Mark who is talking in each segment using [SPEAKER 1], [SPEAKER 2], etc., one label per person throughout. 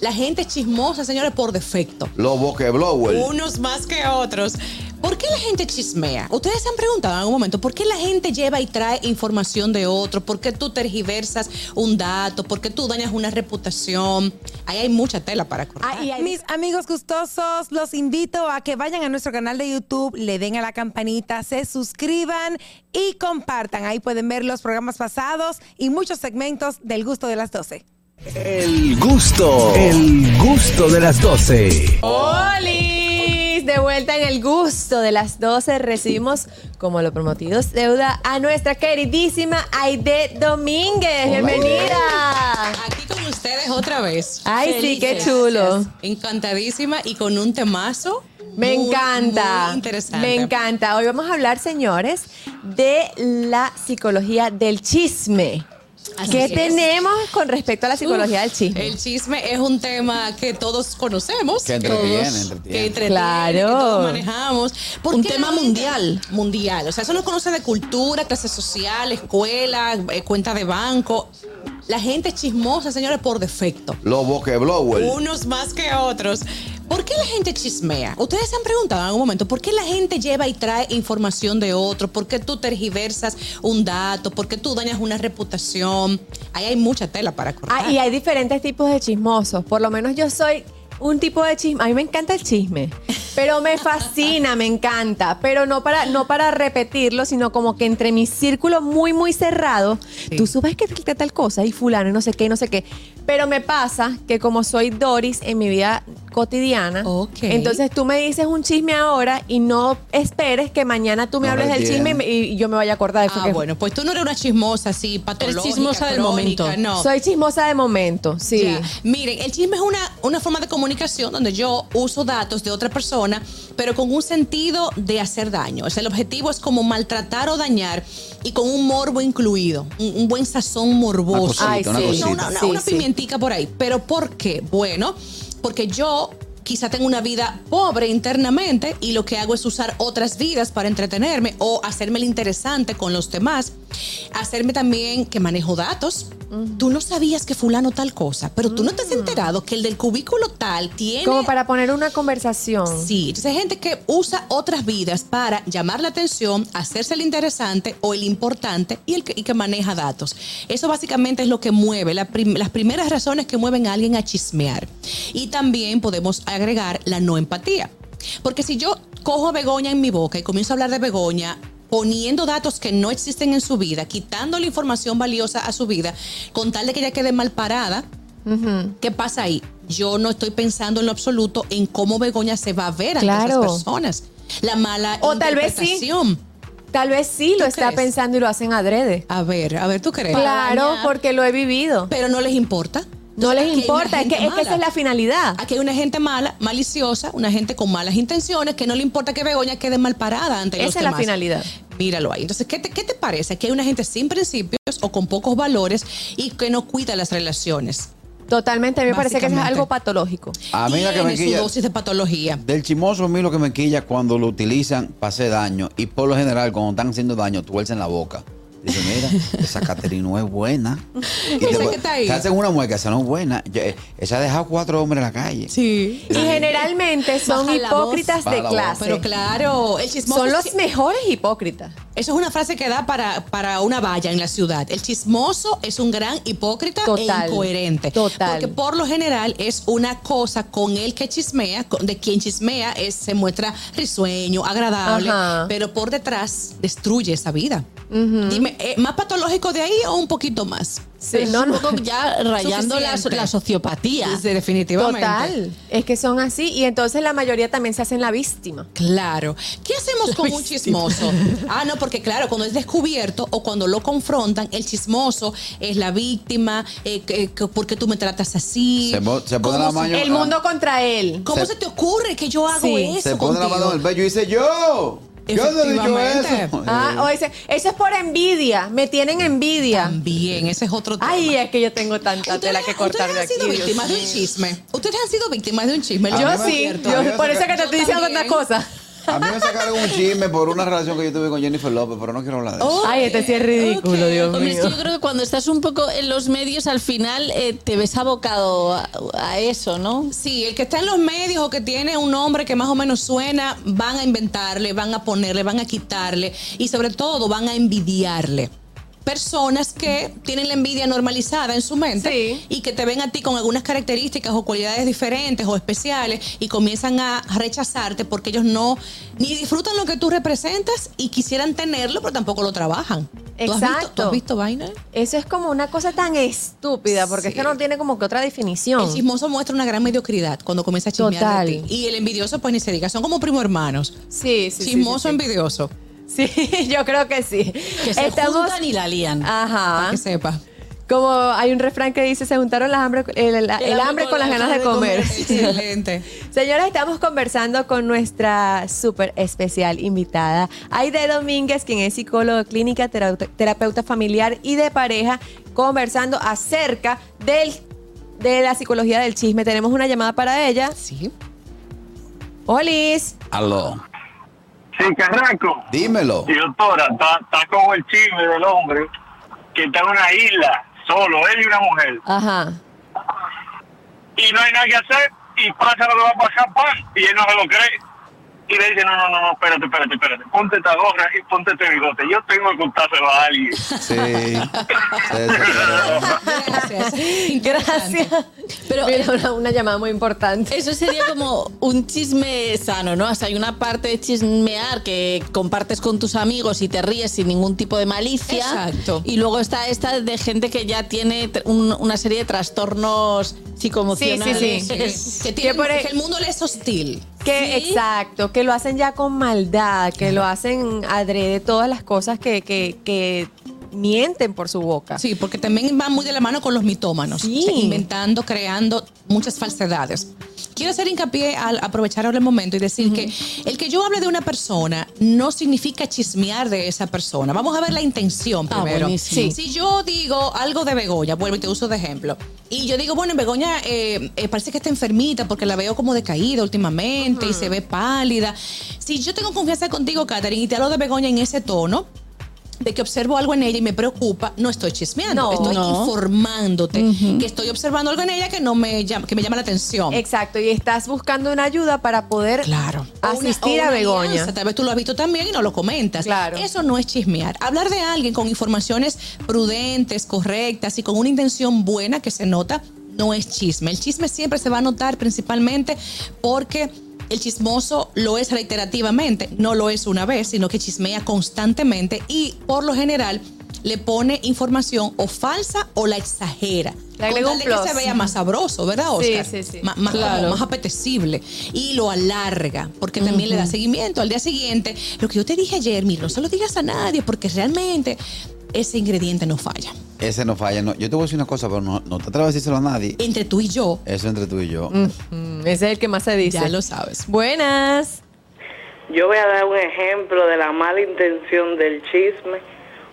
[SPEAKER 1] La gente es chismosa, señores, por defecto.
[SPEAKER 2] Los boqueblowers.
[SPEAKER 1] Unos más que otros. ¿Por qué la gente chismea? Ustedes se han preguntado en algún momento, ¿por qué la gente lleva y trae información de otro? ¿Por qué tú tergiversas un dato? ¿Por qué tú dañas una reputación? Ahí hay mucha tela para cortar.
[SPEAKER 3] Ay, ay, Mis amigos gustosos, los invito a que vayan a nuestro canal de YouTube, le den a la campanita, se suscriban y compartan. Ahí pueden ver los programas pasados y muchos segmentos del gusto de las 12.
[SPEAKER 4] El gusto, el gusto de las 12.
[SPEAKER 5] ¡Holis! De vuelta en el gusto de las 12 recibimos, como lo prometido es deuda, a nuestra queridísima Aide Domínguez. Bienvenida.
[SPEAKER 1] Aquí con ustedes otra vez.
[SPEAKER 5] Ay, sí, qué chulo.
[SPEAKER 1] Encantadísima y con un temazo.
[SPEAKER 5] Me
[SPEAKER 1] muy,
[SPEAKER 5] encanta.
[SPEAKER 1] muy interesante.
[SPEAKER 5] Me encanta. Hoy vamos a hablar, señores, de la psicología del chisme.
[SPEAKER 1] Así
[SPEAKER 5] ¿Qué
[SPEAKER 1] es.
[SPEAKER 5] tenemos con respecto a la psicología del chisme?
[SPEAKER 1] El chisme es un tema que todos conocemos.
[SPEAKER 2] Que entretiene,
[SPEAKER 1] todos,
[SPEAKER 2] entretiene.
[SPEAKER 1] Que entretiene,
[SPEAKER 5] Claro.
[SPEAKER 1] que todos manejamos. ¿Por
[SPEAKER 6] Un
[SPEAKER 1] qué
[SPEAKER 6] tema
[SPEAKER 1] la gente-
[SPEAKER 6] mundial.
[SPEAKER 1] Mundial. O sea, eso no conoce de cultura, clase social, escuela, eh, cuenta de banco. La gente es chismosa, señores, por defecto.
[SPEAKER 2] Los boqueblowers.
[SPEAKER 1] Unos más que otros. ¿Por qué la gente chismea? Ustedes se han preguntado en algún momento, ¿por qué la gente lleva y trae información de otro? ¿Por qué tú tergiversas un dato? ¿Por qué tú dañas una reputación? Ahí hay mucha tela para cortar.
[SPEAKER 5] Ah, y hay diferentes tipos de chismosos. Por lo menos yo soy un tipo de chisme. A mí me encanta el chisme. Pero me fascina, me encanta. Pero no para, no para repetirlo, sino como que entre mi círculo muy, muy cerrado. Tú sabes que tal, que tal cosa y fulano y no sé qué, y no sé qué. Pero me pasa que como soy Doris en mi vida cotidiana,
[SPEAKER 1] Ok.
[SPEAKER 5] entonces tú me dices un chisme ahora y no esperes que mañana tú me
[SPEAKER 2] No
[SPEAKER 5] hables del
[SPEAKER 2] retiene.
[SPEAKER 5] chisme y me- y yo me vaya a acordar de eso
[SPEAKER 1] Ah,
[SPEAKER 5] que-
[SPEAKER 1] bueno, pues tú no eres una chismosa así, patológica.
[SPEAKER 6] chismosa del
[SPEAKER 1] crónica,
[SPEAKER 6] momento.
[SPEAKER 1] No.
[SPEAKER 5] Soy chismosa de momento, sí.
[SPEAKER 1] Ya. Miren, el chisme es una, una forma de comunicación donde yo uso datos de otra persona, pero con un sentido de hacer daño. O sea, el objetivo es como maltratar o dañar y con un morbo incluido, un, un buen sazón morboso.
[SPEAKER 2] Una Ah, cosita, una
[SPEAKER 5] Ay, sí.
[SPEAKER 2] cosita.
[SPEAKER 1] No, una, una-
[SPEAKER 5] Sí,
[SPEAKER 1] una
[SPEAKER 5] sí.
[SPEAKER 1] pimientica por ahí. ¿Pero por qué? Bueno, porque yo quizá tengo una vida pobre internamente y lo que hago es usar otras vidas para entretenerme o hacerme el interesante con los demás. Hacerme también que manejo datos. Tú no sabías que fulano tal cosa, pero tú no te has enterado que el del cubículo tal tiene...
[SPEAKER 5] Mm. Como para poner una conversación.
[SPEAKER 1] Sí, entonces hay gente que usa otras vidas para llamar la atención, hacerse el interesante o el importante y, el que, y que maneja datos. Eso básicamente es lo que mueve, la prim- las primeras razones que mueven a alguien a chismear. Y también podemos agregar la no empatía. Porque si yo cojo a Begoña en mi boca y comienzo a hablar de Begoña poniendo datos que no existen en su vida, quitándole información valiosa a su vida, con tal de que ella quede mal parada, ¿Qué pasa ahí? Yo no estoy pensando en lo absoluto en cómo Begoña se va a ver ante
[SPEAKER 5] Claro.
[SPEAKER 1] esas personas. La mala
[SPEAKER 5] O tal vez sí.
[SPEAKER 1] interpretación.
[SPEAKER 5] Tal vez sí
[SPEAKER 1] ¿Tú
[SPEAKER 5] lo está
[SPEAKER 1] crees?
[SPEAKER 5] pensando y lo hacen adrede.
[SPEAKER 1] A ver, a ver, ¿tú crees?
[SPEAKER 5] Claro, porque lo he vivido.
[SPEAKER 1] Pero no les importa.
[SPEAKER 5] No
[SPEAKER 1] Entonces,
[SPEAKER 5] les
[SPEAKER 1] aquí hay una
[SPEAKER 5] importa, es que,
[SPEAKER 1] gente
[SPEAKER 5] es que esa es
[SPEAKER 1] mala.
[SPEAKER 5] la finalidad.
[SPEAKER 1] Aquí hay una gente mala, maliciosa, una gente con malas intenciones, que no le importa que Begoña quede mal parada ante los
[SPEAKER 5] Esa es la
[SPEAKER 1] demás.
[SPEAKER 5] finalidad.
[SPEAKER 1] Míralo ahí. Entonces, ¿qué te, ¿qué te parece? Que hay una gente sin principios o con pocos valores y que no cuida las relaciones.
[SPEAKER 5] Totalmente, a mí me parece que eso es
[SPEAKER 1] Básicamente.
[SPEAKER 5] algo patológico.
[SPEAKER 2] A mí la que me
[SPEAKER 1] Tiene su
[SPEAKER 2] quilla.
[SPEAKER 1] dosis de patología.
[SPEAKER 2] Del chimoso a mí lo que me quilla cuando lo utilizan para hacer daño. Y por lo general, cuando están haciendo daño, tuercen la boca. Dice, mira, esa Caterina es buena. Y
[SPEAKER 1] Esa
[SPEAKER 2] te-
[SPEAKER 1] que está ahí.
[SPEAKER 2] Te hacen una mueca, esa no es buena. Ya, eh, Esa ha dejado cuatro hombres en la calle.
[SPEAKER 1] Sí.
[SPEAKER 5] Y generalmente son
[SPEAKER 1] Baja la voz.
[SPEAKER 5] hipócritas
[SPEAKER 2] Baja
[SPEAKER 5] de
[SPEAKER 2] la voz.
[SPEAKER 5] clase.
[SPEAKER 1] Pero claro, el chismoso.
[SPEAKER 5] son los
[SPEAKER 1] sí-
[SPEAKER 5] mejores hipócritas.
[SPEAKER 1] Eso es una frase que da para, para una valla en la ciudad. El chismoso es un gran hipócrita
[SPEAKER 5] Total,
[SPEAKER 1] e incoherente.
[SPEAKER 5] total.
[SPEAKER 1] Porque por lo general es una cosa con el que chismea, con- de quien chismea, es, se muestra risueño, agradable,
[SPEAKER 5] Ajá.
[SPEAKER 1] pero por detrás destruye esa vida. Dime, ¿eh, ¿más patológico de ahí o un poquito más?
[SPEAKER 5] Sí,
[SPEAKER 6] Pero
[SPEAKER 5] no,
[SPEAKER 6] es un
[SPEAKER 5] no.
[SPEAKER 6] poco ya rayando la,
[SPEAKER 1] Suficiente.
[SPEAKER 6] la sociopatía.
[SPEAKER 1] Sí, definitivamente.
[SPEAKER 5] Total. Es que son así. Y entonces la mayoría también se hacen la víctima.
[SPEAKER 1] Claro. ¿Qué hacemos con un chismoso? Ah, no, porque claro, cuando es descubierto o cuando lo confrontan, el chismoso es la víctima, eh, que- que- ¿por qué tú me tratas así?
[SPEAKER 2] Se mo- se pone
[SPEAKER 1] ¿Cómo
[SPEAKER 2] la
[SPEAKER 1] se-
[SPEAKER 2] mano en
[SPEAKER 5] El mundo contra él.
[SPEAKER 1] ¿Cómo
[SPEAKER 2] se-
[SPEAKER 1] se, te ocurre que yo hago
[SPEAKER 5] Sí.
[SPEAKER 1] eso
[SPEAKER 2] Se pone la mano
[SPEAKER 1] contigo?
[SPEAKER 2] en el pecho y dice, yo. Yo no he dicho
[SPEAKER 1] Efectivamente.
[SPEAKER 2] eso.
[SPEAKER 5] Ah, o dice, eso es por envidia. Me tienen envidia.
[SPEAKER 1] Bien, ese es otro tema.
[SPEAKER 5] Ay, es que yo tengo tanta tela que cortar
[SPEAKER 1] ustedes
[SPEAKER 5] de
[SPEAKER 1] han
[SPEAKER 5] aquí.
[SPEAKER 1] sido
[SPEAKER 5] Dios
[SPEAKER 1] víctimas de un
[SPEAKER 5] mío.
[SPEAKER 1] chisme. Ustedes han sido víctimas de un chisme.
[SPEAKER 2] A mí
[SPEAKER 5] Yo
[SPEAKER 2] me
[SPEAKER 5] sí,
[SPEAKER 2] cierto.
[SPEAKER 5] yo-
[SPEAKER 2] Yo
[SPEAKER 5] por eso
[SPEAKER 2] sé
[SPEAKER 5] que te
[SPEAKER 1] Yo
[SPEAKER 5] estoy diciendo
[SPEAKER 1] también.
[SPEAKER 5] otra cosa.
[SPEAKER 2] A mí me sacaron un chisme por una relación que yo tuve con Jennifer López, pero no quiero hablar de eso.
[SPEAKER 5] Ay, este sí es ridículo,
[SPEAKER 1] Ok.
[SPEAKER 5] Dios
[SPEAKER 1] Hombre,
[SPEAKER 5] mío.
[SPEAKER 1] es que yo creo que cuando estás un poco en los medios, al final eh, te ves abocado a, a eso, ¿no? Sí, el que está en los medios o que tiene un nombre que más o menos suena, van a inventarle, van a ponerle, van a quitarle y sobre todo van a envidiarle. Personas que tienen la envidia normalizada en su mente
[SPEAKER 5] Sí.
[SPEAKER 1] y que te ven a ti con algunas características o cualidades diferentes o especiales y comienzan a rechazarte porque ellos no ni disfrutan lo que tú representas y quisieran tenerlo, pero tampoco lo trabajan. ¿Tú has visto-
[SPEAKER 5] Exacto.
[SPEAKER 1] ¿Tú has visto vaina?
[SPEAKER 5] Eso es como una cosa tan estúpida, porque es que no tiene como que otra definición.
[SPEAKER 1] El chismoso muestra una gran mediocridad cuando comienza a chismear
[SPEAKER 5] Total.
[SPEAKER 1] de ti. Y el envidioso, pues ni se diga, son como primo hermanos.
[SPEAKER 5] Sí, sí, sí,
[SPEAKER 1] chismoso,
[SPEAKER 5] sí,
[SPEAKER 1] envidioso.
[SPEAKER 5] sí. Sí, yo creo que sí.
[SPEAKER 6] Que se juntan y la lían.
[SPEAKER 5] Ajá.
[SPEAKER 1] Que sepa.
[SPEAKER 5] Como hay un refrán que dice, se juntaron las hambre, el, el- el hambre con, las ganas de comer.
[SPEAKER 1] Excelente.
[SPEAKER 5] Señoras, estamos conversando con nuestra súper especial invitada, Aide Domínguez, quien es psicóloga clínica, terau- terapeuta familiar y de pareja, conversando acerca del, de la psicología del chisme. Tenemos una llamada para ella.
[SPEAKER 1] Sí.
[SPEAKER 5] ¡Olis!
[SPEAKER 2] Aló.
[SPEAKER 7] Sí, Carranco.
[SPEAKER 2] Dímelo.
[SPEAKER 7] Y doctora, está, está como el chisme del hombre que está en una isla, solo él y una mujer.
[SPEAKER 5] Ajá.
[SPEAKER 7] Y no hay nada que hacer y pasa lo que va a pasar, pan. Y él no se lo cree. Y le dice, no, no, no, no, espérate, espérate, espérate. Ponte esta gorra y ponte este bigote. Yo tengo que contárselo a alguien.
[SPEAKER 2] Sí. Se desesperó.
[SPEAKER 1] Gracias.
[SPEAKER 5] Gracias. Pero era una, una llamada muy importante.
[SPEAKER 6] Eso sería como un chisme sano, ¿no? O sea, hay una parte de chismear que compartes con tus amigos y te ríes sin ningún tipo de malicia.
[SPEAKER 1] Exacto.
[SPEAKER 6] Y luego está esta de gente que ya tiene tr- un- una serie de trastornos psicomocionales.
[SPEAKER 5] Sí, sí,
[SPEAKER 1] Que,
[SPEAKER 5] Que
[SPEAKER 1] tienen-
[SPEAKER 5] por ahí-
[SPEAKER 6] e-
[SPEAKER 1] que el mundo les es hostil.
[SPEAKER 5] Que,
[SPEAKER 6] Sí.
[SPEAKER 5] Exacto, que lo hacen ya con maldad, que lo hacen adrede todas las cosas que, que, que mienten por su boca.
[SPEAKER 1] Sí, porque también van muy de la mano con los mitómanos,
[SPEAKER 5] Sí.
[SPEAKER 1] O sea, inventando, creando muchas falsedades. Quiero hacer hincapié al aprovechar ahora el momento y decir que el que yo hable de una persona no significa chismear de esa persona. Vamos a ver la intención
[SPEAKER 6] Ah,
[SPEAKER 1] primero.
[SPEAKER 6] buenísimo.
[SPEAKER 1] Sí. Si yo digo algo de Begoña, vuelvo y te uso de ejemplo, y yo digo, bueno, Begoña eh, eh, parece que está enfermita porque la veo como decaída últimamente y se ve pálida. Si yo tengo confianza contigo, Katherine, y te hablo de Begoña en ese tono, de que observo algo en ella y me preocupa, no estoy chismeando,
[SPEAKER 5] No.
[SPEAKER 1] estoy
[SPEAKER 6] No.
[SPEAKER 1] informándote que estoy observando algo en ella que no me llama, que me llama la atención.
[SPEAKER 5] Exacto, y estás buscando una ayuda para poder
[SPEAKER 1] Claro. O una- o
[SPEAKER 5] asistir a
[SPEAKER 1] una
[SPEAKER 5] Begoña.
[SPEAKER 1] alianza, Tal vez tú lo has visto también y no lo comentas.
[SPEAKER 5] Claro.
[SPEAKER 1] Eso no es chismear. Hablar de alguien con informaciones prudentes, correctas y con una intención buena que se nota, no es chisme. El chisme siempre se va a notar principalmente porque el chismoso lo es reiterativamente, no lo es una vez, sino que chismea constantemente y por lo general le pone información o falsa o la exagera.
[SPEAKER 5] Le
[SPEAKER 1] Con
[SPEAKER 5] agrega
[SPEAKER 1] tal
[SPEAKER 5] un
[SPEAKER 1] de que se
[SPEAKER 5] plus.
[SPEAKER 1] vea más sabroso, ¿verdad,
[SPEAKER 5] Sí,
[SPEAKER 1] Oscar?
[SPEAKER 5] sí, sí.
[SPEAKER 1] Ma- más, como más apetecible y lo alarga porque también le da seguimiento al día siguiente. Lo que yo te dije ayer, Mir, no se lo digas a nadie porque realmente ese ingrediente no falla.
[SPEAKER 2] Ese no falla. No. Yo te voy a decir una cosa, pero no, no te atrevas a decírselo a nadie.
[SPEAKER 1] Entre tú y yo,
[SPEAKER 2] Eso entre tú y yo.
[SPEAKER 5] Mm, ese es el que más se dice.
[SPEAKER 1] ya lo sabes.
[SPEAKER 5] Buenas.
[SPEAKER 8] Yo voy a dar un ejemplo de la mala intención del chisme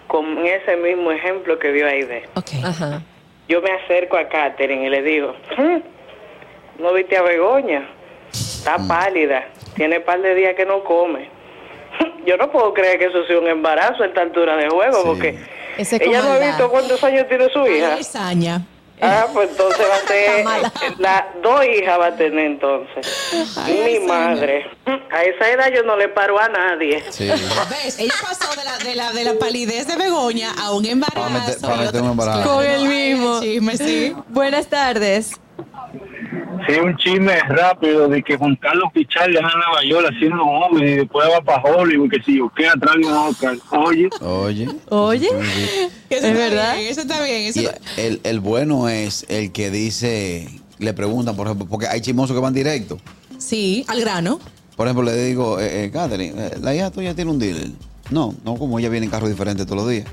[SPEAKER 8] con ese mismo ejemplo que dio Aide.
[SPEAKER 1] Ok.
[SPEAKER 5] Ajá.
[SPEAKER 8] Yo me acerco a Katherine y le digo, "Mm, ¿no viste a Begoña? Está pálida, tiene par de días que no come. Yo no puedo creer que eso sea un embarazo a esta altura de juego,
[SPEAKER 2] Sí.
[SPEAKER 8] porque
[SPEAKER 5] Ese es
[SPEAKER 8] ella
[SPEAKER 5] como
[SPEAKER 8] no ha
[SPEAKER 5] la-
[SPEAKER 8] visto cuántos años tiene su hija.
[SPEAKER 1] Lasaña.
[SPEAKER 8] Ah, pues entonces va a
[SPEAKER 5] Está
[SPEAKER 8] ser,
[SPEAKER 5] mala.
[SPEAKER 8] la, dos hijas va a tener entonces. Mi madre, a esa edad yo no le paro a nadie.
[SPEAKER 2] Sí.
[SPEAKER 1] ¿Ves? Ella pasó de la, de la, de la palidez de Begoña a un embarazo.
[SPEAKER 2] Para meter- para
[SPEAKER 1] y otra-
[SPEAKER 2] meter un embarazo.
[SPEAKER 5] Con el
[SPEAKER 1] Ay,
[SPEAKER 5] mismo.
[SPEAKER 1] chisme, sí.
[SPEAKER 5] Buenas tardes.
[SPEAKER 7] Sí, un chisme rápido de que Juan Carlos Picharle anda en Nueva York haciendo hombres y después va para Hollywood, que si yo qué atrás de un Oscar. Oye.
[SPEAKER 2] Oye.
[SPEAKER 5] Oye.
[SPEAKER 1] Eso
[SPEAKER 5] Es
[SPEAKER 1] está
[SPEAKER 5] verdad.
[SPEAKER 1] bien, eso está bien. eso
[SPEAKER 2] Y
[SPEAKER 1] está-
[SPEAKER 2] el, el bueno es el que dice, le preguntan, por ejemplo, porque hay chismosos que van directo.
[SPEAKER 1] Sí, al grano.
[SPEAKER 2] Por ejemplo, le digo, eh, eh, Catherine, eh, la hija tuya tiene un dealer. No, no, como ella viene en carro diferente todos los días.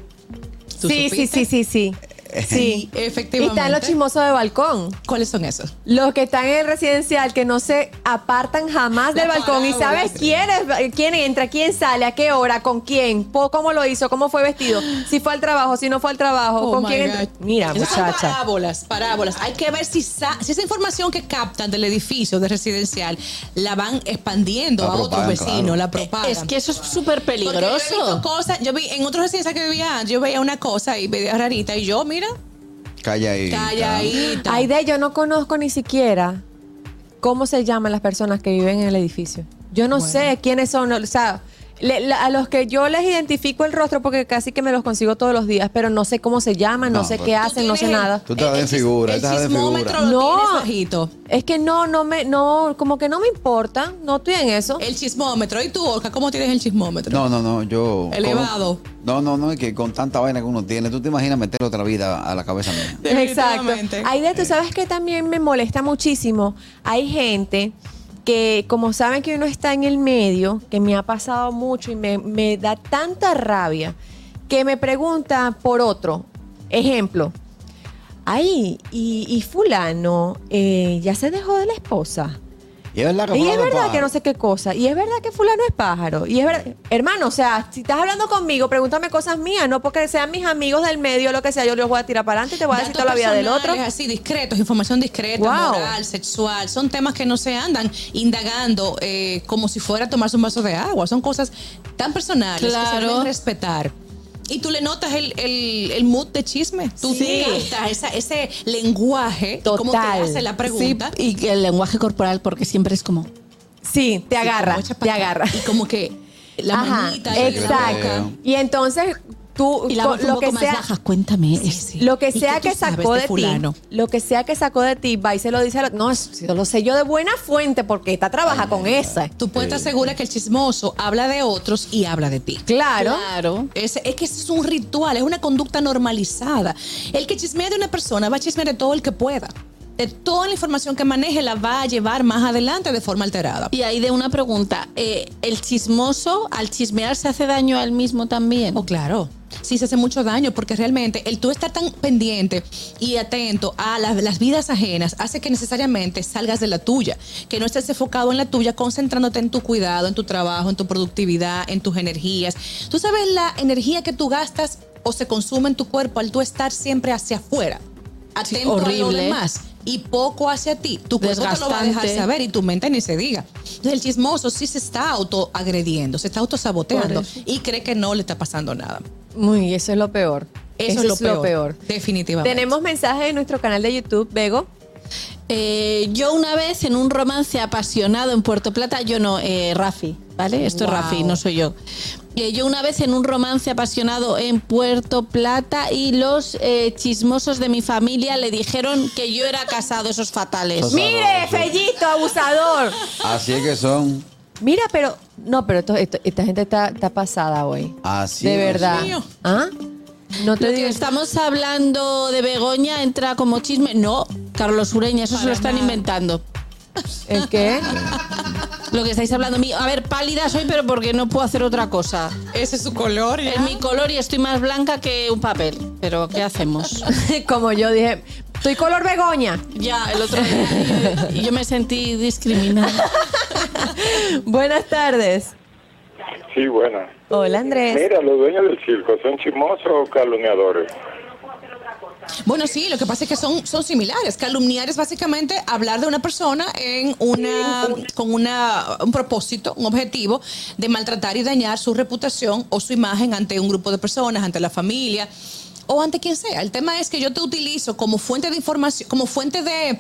[SPEAKER 1] ¿Tú
[SPEAKER 5] Sí, sí,
[SPEAKER 1] supiste?
[SPEAKER 5] sí, sí, sí. Sí. Y
[SPEAKER 1] Efectivamente.
[SPEAKER 5] están los chismosos de balcón.
[SPEAKER 1] ¿Cuáles son esos?
[SPEAKER 5] Los que están en el residencial, que no se apartan jamás
[SPEAKER 1] La
[SPEAKER 5] del balcón y
[SPEAKER 1] parábola,
[SPEAKER 5] sabes
[SPEAKER 1] sí.
[SPEAKER 5] quién, es- quién entra, quién sale, a qué hora, con quién, po- cómo lo hizo, cómo fue vestido, si fue al trabajo, si no fue al trabajo,
[SPEAKER 1] Oh
[SPEAKER 5] con
[SPEAKER 1] my
[SPEAKER 5] quién
[SPEAKER 1] God.
[SPEAKER 5] entra. Mira,
[SPEAKER 1] Esas son
[SPEAKER 5] muchacha.
[SPEAKER 1] parábolas, parábolas. Hay que ver si, sa- si esa información que captan del edificio de residencial la van expandiendo
[SPEAKER 2] La
[SPEAKER 1] a otros
[SPEAKER 2] propagan,
[SPEAKER 1] vecinos,
[SPEAKER 2] claro.
[SPEAKER 1] la propagan.
[SPEAKER 6] Es que eso es súper
[SPEAKER 1] Porque yo he visto
[SPEAKER 6] peligroso.
[SPEAKER 1] cosas, yo vi en otros residencial que vivía, antes, yo veía una cosa y veía rarita y yo, mira,
[SPEAKER 2] Calla ahí.
[SPEAKER 1] calla ahí.
[SPEAKER 5] Ay, de yo no conozco ni siquiera cómo se llaman las personas que viven en el edificio. Yo no sé quiénes son, o sea, le- la- a los que yo les identifico el rostro porque casi que me los consigo todos los días, pero no sé cómo se llaman, no,
[SPEAKER 2] No,
[SPEAKER 5] sé
[SPEAKER 2] pero-
[SPEAKER 5] qué hacen, no sé nada.
[SPEAKER 2] Tú estás en figura,
[SPEAKER 1] El
[SPEAKER 2] estás en figura.
[SPEAKER 1] chismómetro lo
[SPEAKER 5] No.
[SPEAKER 1] tienes bajito.
[SPEAKER 5] Es que no, no me, no, como que no me importa, no estoy en eso.
[SPEAKER 1] El chismómetro. ¿Y tú, Orca, cómo tienes el chismómetro?
[SPEAKER 2] No, no, no, yo.
[SPEAKER 1] Elevado.
[SPEAKER 2] con- no, no, no, es que con tanta vaina que uno tiene, tú te imaginas meter otra vida a la cabeza mía.
[SPEAKER 5] Exacto.
[SPEAKER 1] Definitivamente.
[SPEAKER 5] Ahí de tú sabes que también me molesta muchísimo. Hay gente que, como saben que uno está en el medio, que me ha pasado mucho y me, me da tanta rabia, que me pregunta por otro. Ejemplo. Ay, y, y fulano eh, ya se dejó de la esposa.
[SPEAKER 2] Y es verdad que
[SPEAKER 5] Y es
[SPEAKER 2] fulano
[SPEAKER 5] verdad
[SPEAKER 2] paga.
[SPEAKER 5] que no sé qué cosa. Y es verdad que fulano es pájaro. Y es verdad. Hermano, o sea, si estás hablando conmigo, pregúntame cosas mías, no porque sean mis amigos del medio o lo que sea, yo los voy a tirar para adelante y te voy a decir toda la vida del otro.
[SPEAKER 1] Es así, discretos, información discreta,
[SPEAKER 5] Wow.
[SPEAKER 1] moral, sexual. Son temas que no se andan indagando eh, como si fuera a tomarse un vaso de agua. Son cosas tan personales que se
[SPEAKER 6] Claro.
[SPEAKER 1] deben respetar. Y tú le notas el, el, el mood de chisme. Tú
[SPEAKER 6] Sí.
[SPEAKER 1] captas esa- ese lenguaje, cómo te
[SPEAKER 5] Total.
[SPEAKER 1] hace la pregunta.
[SPEAKER 6] Sí, y el lenguaje corporal, porque siempre es como.
[SPEAKER 5] Sí, te agarra,
[SPEAKER 1] Como echa pa'
[SPEAKER 5] te
[SPEAKER 1] acá.
[SPEAKER 5] agarra.
[SPEAKER 1] Y como que la
[SPEAKER 5] Ajá,
[SPEAKER 1] manita y la
[SPEAKER 5] exacto.
[SPEAKER 1] boca.
[SPEAKER 5] Y entonces tú,
[SPEAKER 6] Y la
[SPEAKER 5] con-
[SPEAKER 6] voz un
[SPEAKER 5] lo
[SPEAKER 6] poco
[SPEAKER 5] que
[SPEAKER 6] más
[SPEAKER 5] sea,
[SPEAKER 6] baja. Cuéntame. es-
[SPEAKER 5] lo que
[SPEAKER 1] ¿Y
[SPEAKER 5] sea
[SPEAKER 1] qué
[SPEAKER 5] que
[SPEAKER 1] tú sabes
[SPEAKER 5] sacó
[SPEAKER 1] de
[SPEAKER 5] de ti,
[SPEAKER 1] fulano?
[SPEAKER 5] lo que sea que sacó de ti, va y se lo dice, al otro. no, eso sí lo sé yo de buena fuente porque está trabaja con esa.
[SPEAKER 1] Tú puedes estar segura que el chismoso habla de otros y habla de ti.
[SPEAKER 5] Claro.
[SPEAKER 6] Claro.
[SPEAKER 1] Es, es que es un ritual, es una conducta normalizada. El que chismea de una persona va a chismear de todo el que pueda. De toda la información que maneje la va a llevar más adelante de forma alterada.
[SPEAKER 6] Y ahí de una pregunta, eh, ¿el chismoso al chismear se hace daño a él mismo también?
[SPEAKER 1] Oh, claro. Sí, se hace mucho daño porque realmente el tú estar tan pendiente y atento a las, las vidas ajenas hace que necesariamente salgas de la tuya, que no estés enfocado en la tuya, concentrándote en tu cuidado, en tu trabajo, en tu productividad, en tus energías. Tú sabes la energía que tú gastas o se consume en tu cuerpo al tú estar siempre hacia afuera, atento a lo
[SPEAKER 6] horrible.
[SPEAKER 1] demás y poco hacia ti. Tu cuerpo te lo va a dejar
[SPEAKER 6] Desgastante.
[SPEAKER 1] saber y tu mente ni se diga. Entonces el chismoso sí se está autoagrediendo, se está autosaboteando
[SPEAKER 6] Por eso.
[SPEAKER 1] y cree que no le está pasando nada.
[SPEAKER 5] Muy, eso es lo peor.
[SPEAKER 1] Eso, es, lo, peor, Definitivamente.
[SPEAKER 5] Tenemos mensajes en nuestro canal de YouTube, Bego.
[SPEAKER 6] Eh, yo una vez en un romance apasionado en Puerto Plata, yo no, eh, Rafi, ¿vale? Esto
[SPEAKER 1] Wow.
[SPEAKER 6] es Rafi, no soy yo. Eh, yo una vez en un romance apasionado en Puerto Plata y los eh, chismosos de mi familia le dijeron que yo era casado, esos fatales.
[SPEAKER 5] Pues,
[SPEAKER 2] Sos-
[SPEAKER 5] Mire, Fellito, abusador.
[SPEAKER 2] Así es que son.
[SPEAKER 5] Mira, pero no, pero esto- esto- esta gente está, está pasada hoy.
[SPEAKER 2] Así
[SPEAKER 5] de
[SPEAKER 2] es.
[SPEAKER 5] verdad.
[SPEAKER 1] Dios mío.
[SPEAKER 5] ¿Ah? No te
[SPEAKER 6] Lo que
[SPEAKER 5] digo.
[SPEAKER 6] estamos hablando de Begoña entra como chisme. No, Carlos Ureña, eso se lo están inventando.
[SPEAKER 5] ¿El qué?
[SPEAKER 6] Lo que estáis hablando mío. A ver, pálida soy, pero porque no puedo hacer otra cosa.
[SPEAKER 1] Ese es su color.
[SPEAKER 6] Es mi color y estoy más blanca que un papel. Pero, ¿qué hacemos?
[SPEAKER 5] Como yo dije, estoy color begoña.
[SPEAKER 6] Ya, el otro día. Y yo me sentí discriminada.
[SPEAKER 5] Buenas tardes.
[SPEAKER 7] Sí, buena.
[SPEAKER 5] Hola, Andrés.
[SPEAKER 7] Mira, los dueños del circo, ¿son chismosos o calumniadores?
[SPEAKER 1] Bueno, sí, lo que pasa es que son, son similares. Calumniar es básicamente hablar de una persona en una, con una, un propósito, un objetivo de maltratar y dañar su reputación o su imagen ante un grupo de personas, ante la familia o ante quien sea. El tema es que yo te utilizo como fuente de información, como fuente de